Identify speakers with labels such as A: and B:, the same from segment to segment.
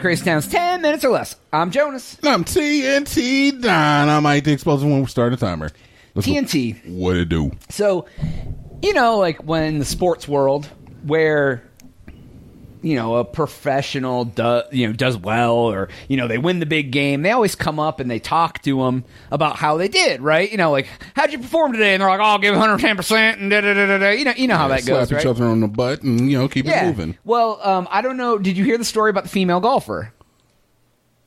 A: Crazy Towns, 10 minutes or less. I'm Jonas.
B: I'm TNT Dynamite, the explosive when we start a timer. Let's
A: TNT.
B: go. What it do?
A: So, you know, like when in the sports world where you know a professional does you know does well or you know they win the big game, they always come up and they talk to them about how they did, right? You know, like how'd you perform today? And they're like, oh, "I'll give 110 percent," and da da da da. da. You know, you know how that
B: Slap
A: goes, right?
B: each other on the butt and you know keep
A: yeah.
B: it moving.
A: Well, um, I don't know. Did you hear the story about the female golfer?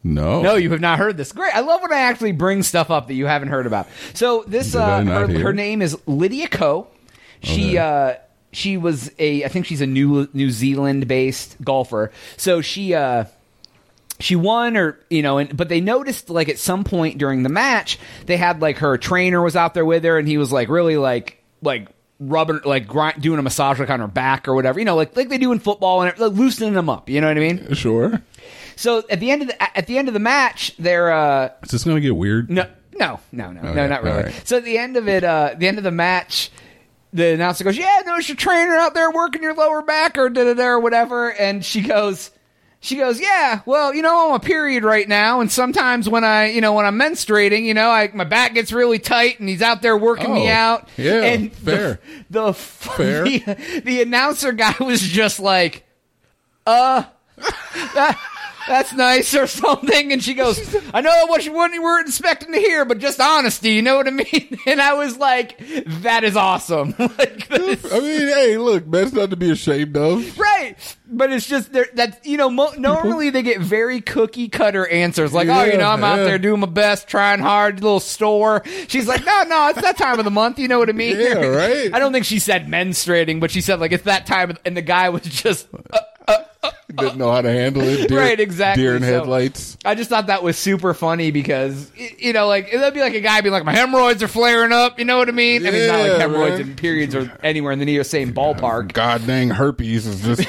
B: No,
A: No, you have not heard this. Great. I love when I actually bring stuff up that you haven't heard about. So this
B: Did I
A: uh,
B: not
A: her,
B: hear?
A: her name is Lydia Ko. She
B: Okay.
A: uh, she was a I think she's a New New Zealand based golfer. So she uh, she won or you know and but they noticed like at some point during the match they had like her trainer was out there with her and he was like really like like rubbing like grind, doing a massage like on her back or whatever you know like like they do in football and like, loosening them up you know what I mean
B: sure.
A: so at the end of the at the end of the match, they're uh,
B: Is this gonna get weird?
A: no no no no no
B: Okay,
A: not really.
B: all right.
A: So at the end of it, uh, the end of the match, the announcer goes, "Yeah, notice your trainer out there working your lower back or da da da or whatever," and she goes. She goes, yeah. Well, you know, I'm on a period right now, and sometimes when I, you know, when I'm menstruating, you know, I my back gets really tight, and he's out there working me
B: Oh,
A: out.
B: yeah,
A: and
B: fair.
A: The the,
B: Fair.
A: the the announcer guy was just like, that's nice or something. And she goes, I know what you wouldn't, you weren't expecting to hear, but just honesty, you know what I mean? And I was like, that is awesome. like, that is-
B: I mean, hey, look, that's not to be ashamed of.
A: Right, but it's just there- that you know. Mo- normally they get very cookie cutter answers, like, "Oh, you know, I'm out
B: Yeah, yeah.
A: there doing my best, trying hard, little store." She's like, "No, no, it's that time of the month." You know what I mean?
B: Yeah, right.
A: I don't think she said menstruating, but she said like it's that time, of- and the guy was just. uh,
B: Didn't know how to handle it. Deer,
A: Right, exactly,
B: Deer in
A: so-
B: headlights.
A: I just thought that was super funny because y- you know, like that'd be like a guy being like, "My hemorrhoids are flaring up." You know what I mean? I mean, not
B: Yeah,
A: like hemorrhoids
B: man.
A: and periods are anywhere in the near same ballpark.
B: God dang herpes is just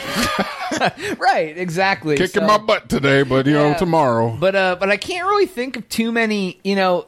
A: Right? Exactly.
B: kicking
A: So-
B: my butt today, but you know
A: Yeah.
B: tomorrow.
A: But uh, but I can't really think of too many, you know,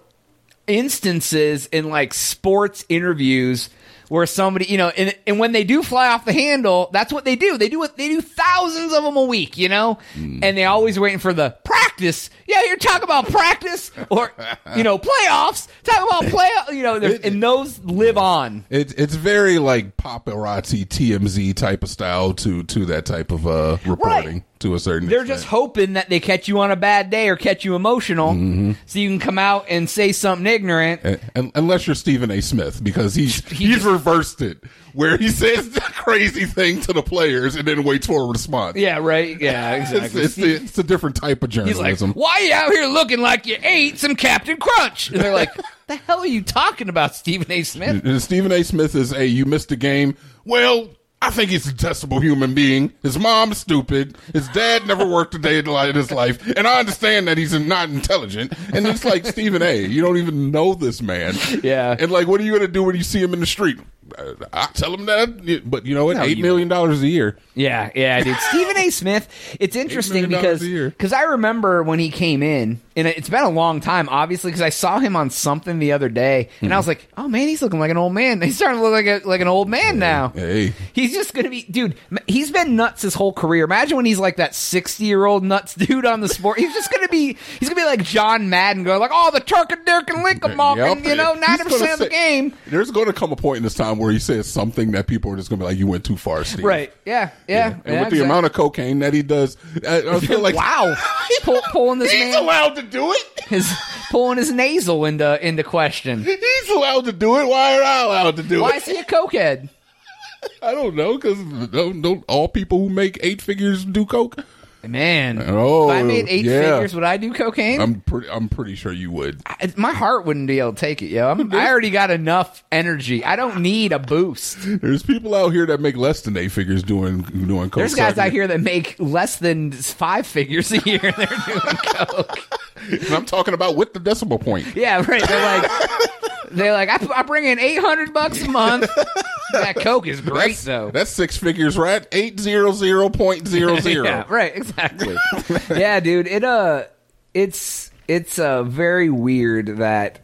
A: instances in like sports interviews where somebody, you know, and, and when they do fly off the handle, that's what they do. They do it. They do thousands of them a week, you know,
B: Hmm.
A: and they always waiting for the practice. Yeah, you're talking about practice or you know playoffs. Talk about playoff, you know, they're- and those live on.
B: It's it's very like paparazzi TMZ type of style to to that type of uh reporting to a certain.
A: They're
B: extent.
A: just hoping that they catch you on a bad day or catch you emotional,
B: Mm-hmm.
A: so you can come out and say something ignorant.
B: Un- unless you're Stephen A. Smith, because he's
A: He
B: he's
A: just-
B: reversed it, where he says the crazy thing to the players and then waits for a response.
A: Yeah, right. Yeah,
B: it's,
A: exactly.
B: it's, the, it's a different type of
A: He's
B: journalism.
A: like, "Why you out here looking like you ate some Captain Crunch?" And they're like, "The hell are you talking about, Stephen A. Smith?"
B: And Stephen A. Smith is a you missed the game. Well, I think he's a detestable human being. His mom's stupid. His dad never worked a day in the li- in his life, and I understand that he's not intelligent. And it's like Stephen A. You don't even know this man.
A: Yeah.
B: And like, what are you gonna do when you see him in the street? I, I tell him that, but you know what?
A: No,
B: Eight
A: you-
B: million dollars a year.
A: Yeah, yeah, dude. Stephen A. Smith. It's interesting
B: Eight million
A: because
B: dollars a year.
A: because I remember when he came in, and it's been a long time, obviously, because I saw him on something the other day, and
B: Mm-hmm.
A: I was like, "Oh man, he's looking like an old man. He's starting to look like a, like an old man now."
B: Hey.
A: He's just gonna be, dude. m- He's been nuts his whole career. Imagine when he's like that sixty-year-old nuts dude on the sport. He's just gonna be, he's gonna be like John Madden, going like, "Oh, the Turk and Dirk and Linkamok, and
B: Yep.
A: you know,
B: He's
A: ninety percent
B: gonna
A: of the
B: say-
A: game."
B: There's going to come a point in this time where he says something that people are just going to be like, "You went too far, Steve."
A: Right? Yeah. Yeah.
B: And with the amount of cocaine that he does, I, I feel like
A: wow, Pull, pulling this
B: he's
A: man,
B: allowed to do it.
A: his pulling his nasal into into question.
B: He's allowed to do it. Why are I allowed to do
A: Why is
B: it?
A: he a cokehead?
B: I don't know because don't, don't all people who make eight figures do coke?
A: Man,
B: Oh,
A: if I made eight
B: yeah.
A: figures, would I do cocaine?
B: I'm pretty. I'm pretty sure you would.
A: I- my heart wouldn't be able to take it, yo. I'm, I already got enough energy. I don't need a boost.
B: There's people out here that make less than eight figures doing doing coke.
A: There's guys
B: So I
A: out here that make less than five figures a year. and They're doing coke.
B: can- and I'm talking about with the decimal point.
A: Yeah, right. They're like, they're like, I, I bring in eight hundred bucks a month. That coke is great though.
B: That's six figures, right? Eight zero zero point zero zero.
A: Yeah, right. Exactly. yeah, dude. It uh, it's it's uh very weird that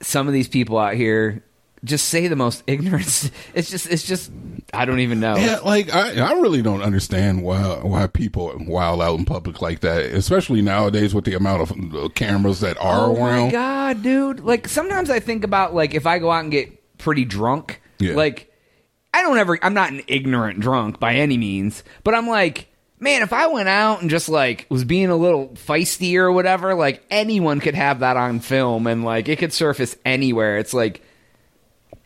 A: some of these people out here just say the most ignorant. It's just it's just I don't even know.
B: Yeah, like I, I really don't understand why why people wild out in public like that, especially nowadays with the amount of uh, cameras that are
A: Oh
B: around.
A: my god, dude! Like sometimes I think about like if I go out and get pretty drunk,
B: Yeah.
A: like I don't ever. I'm not an ignorant drunk by any means, but I'm like, man, if I went out and just like was being a little feisty or whatever, like anyone could have that on film and like it could surface anywhere. It's like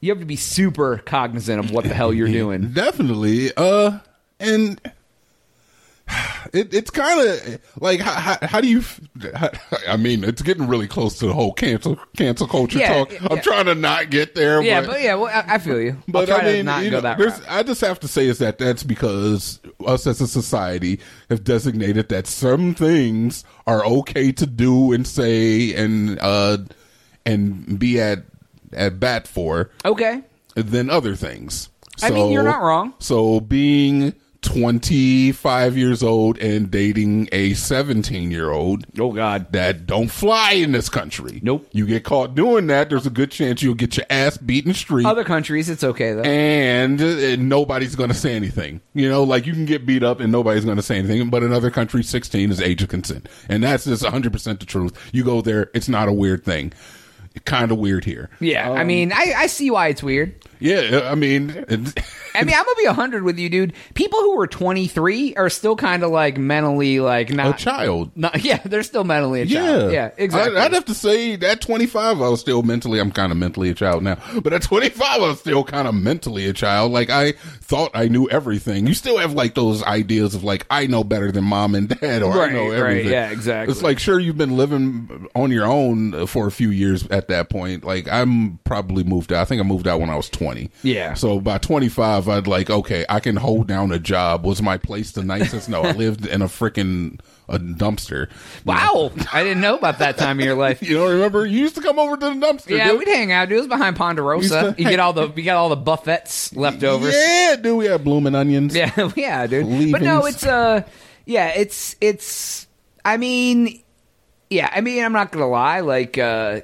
A: you have to be super cognizant of what the hell you're doing.
B: Definitely. Uh, and it, it's kind of like how, how, how do you? f- How, I mean, it's getting really close to the whole cancel cancel culture
A: Yeah,
B: talk.
A: yeah,
B: I'm
A: yeah.
B: trying to not get there.
A: Yeah,
B: but
A: but yeah, well, I, I feel you.
B: but
A: I'll
B: I
A: try
B: mean,
A: to not
B: you
A: go
B: know,
A: that
B: there's,
A: route.
B: I just have to say is that that's because us as a society have designated that some things are okay to do and say and uh and be at at bat for
A: Okay,
B: than other things.
A: I mean, you're not wrong.
B: So being 25 years old and dating a 17 year old
A: Oh, God.
B: that don't fly in this country.
A: Nope.
B: You get caught doing that, there's a good chance you'll get your ass beat in the street
A: other countries it's okay though.
B: and, uh, nobody's going to say anything. You know, like you can get beat up and nobody's going to say anything. But in other countries, 16 is age of consent. And that's just 100% the truth. You go there, it's not a weird thing. Kind of weird here.
A: Yeah,
B: Um,
A: I mean, I, I see why it's weird.
B: Yeah, I mean, it-
A: I mean, I'm gonna be hundred with you, dude. People who are 23 are still kind of like mentally like
B: a
A: not,
B: child.
A: not. Yeah, they're still mentally a
B: Yeah,
A: child. Yeah, exactly.
B: I, would have to say that 25, I was still mentally, I'm kind of mentally a child now, but at 25, I was still kind of mentally a child. Like I thought I knew everything. You still have like those ideas of like, I know better than mom and dad or
A: Right,
B: I know
A: right,
B: everything.
A: yeah, exactly.
B: It's like, sure, you've been living on your own uh, for a few years at that point. Like I'm probably moved out. I think I moved out when I was 20.
A: Yeah.
B: So by 25, I'd like, okay, I can hold down a job. Was my place the nicest? No, I lived in a freaking a dumpster.
A: wow, I didn't know about that time of your life.
B: You don't remember? You used to come over to the dumpster.
A: Yeah,
B: dude.
A: we'd hang out, dude. It was behind Ponderosa.
B: Used to-
A: You get all the you got all the buffets leftovers.
B: Yeah, dude. We had blooming onions.
A: Yeah, yeah, dude. But no,
B: Leavings.
A: it's uh yeah, it's it's I mean yeah, I mean I'm not going to lie like uh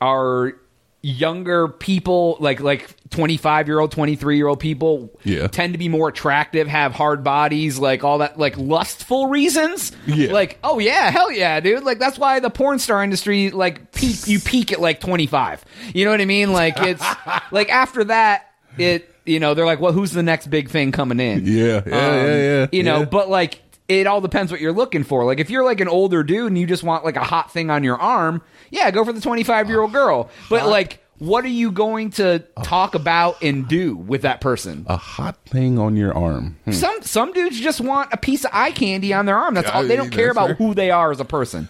A: our younger people like like 25 year old 23 year old people
B: Yeah.
A: tend to be more attractive have hard bodies like all that like lustful reasons
B: Yeah.
A: like oh yeah hell yeah dude like that's why the porn star industry like peak you peak at like 25 you know what i mean like it's like after that it you know they're like well who's the next big thing coming in Um,
B: Yeah, yeah, yeah, yeah,
A: you know
B: yeah.
A: but like it all depends what you're looking for like if you're like an older dude and you just want like a hot thing on your arm yeah go for the 25 year old girl but like what are you going to talk about and do with that person
B: A hot thing on your arm. Hmm.
A: some some dudes just want a piece of eye candy on their arm that's all they don't care
B: That's
A: about
B: fair.
A: who they are as a person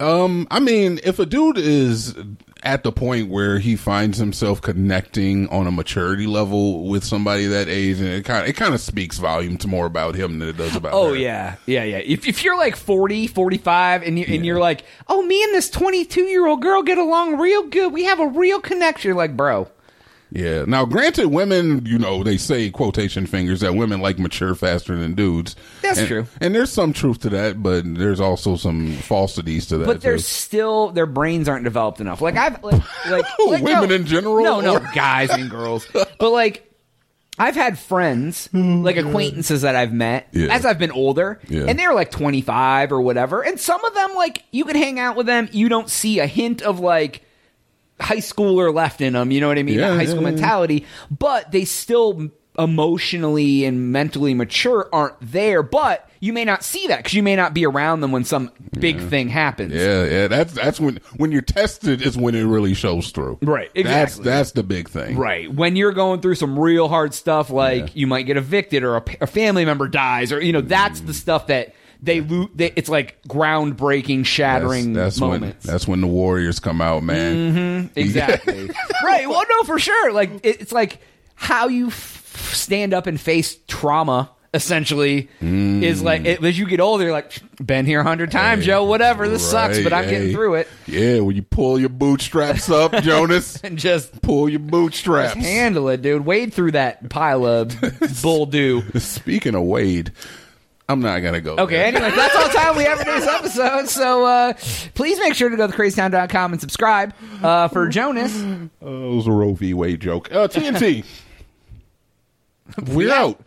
B: Um, I mean, if a dude is at the point where he finds himself connecting on a maturity level with somebody that age, and it kind of, it kind of speaks volumes more about him than it does about.
A: Oh
B: her.
A: yeah, yeah, yeah. If, if you're like 40, 45 and you and you're like, "Oh, me and this 22-year-old girl get along real good. We have a real connection." You're like, "Bro,
B: Yeah. Now, granted, women, you know, they say quotation fingers that women like mature faster than dudes.
A: That's
B: And-
A: true.
B: And there's some truth to that, but there's also some falsities to that.
A: but they're
B: too.
A: still their brains aren't developed enough. Like I've like, like like,
B: Women
A: no-
B: in general,
A: No, no,
B: or-
A: guys and girls. But like I've had friends, like acquaintances that I've met
B: Yeah.
A: as I've been older,
B: Yeah.
A: and they're like 25 or whatever. And some of them, like, you could hang out with them, you don't see a hint of like high schooler left in them, you know what I mean?
B: Yeah,
A: That high
B: yeah,
A: school
B: yeah.
A: mentality, but they still emotionally and mentally mature aren't there. But you may not see that because you may not be around them when some big thing happens.
B: Yeah, yeah. That's that's when when you're tested is when it really shows through.
A: Right,
B: That's
A: exactly.
B: that's the big thing.
A: Right. When you're going through some real hard stuff, like
B: Yeah.
A: you might get evicted or a, p- a family member dies, or, you know, that's
B: Mm.
A: the stuff that they lose. They, it's like groundbreaking,
B: That's,
A: shattering
B: that's when
A: moments.
B: that's when the warriors come out, man.
A: exactly. right. Well, no, for sure. Like, it, it's like how you f- stand up and face trauma. Essentially,
B: Mm.
A: is like it, as you get older, you're like been here a hundred times, yo. Whatever, this sucks, but I'm
B: Right,
A: getting
B: hey.
A: through it,
B: Yeah, when you pull your bootstraps up, Jonas,
A: and just
B: pull your bootstraps.
A: handle it, dude. Wade through that pile of bull do.
B: Speaking of Wade, I'm not gonna go.
A: Okay,
B: there.
A: anyway, that's all the time we have for this episode. So uh, please make sure to go to crazytown.com and subscribe uh, for Jonas.
B: Uh, it was a Roe v. Wade joke. Uh, TNT. We're out.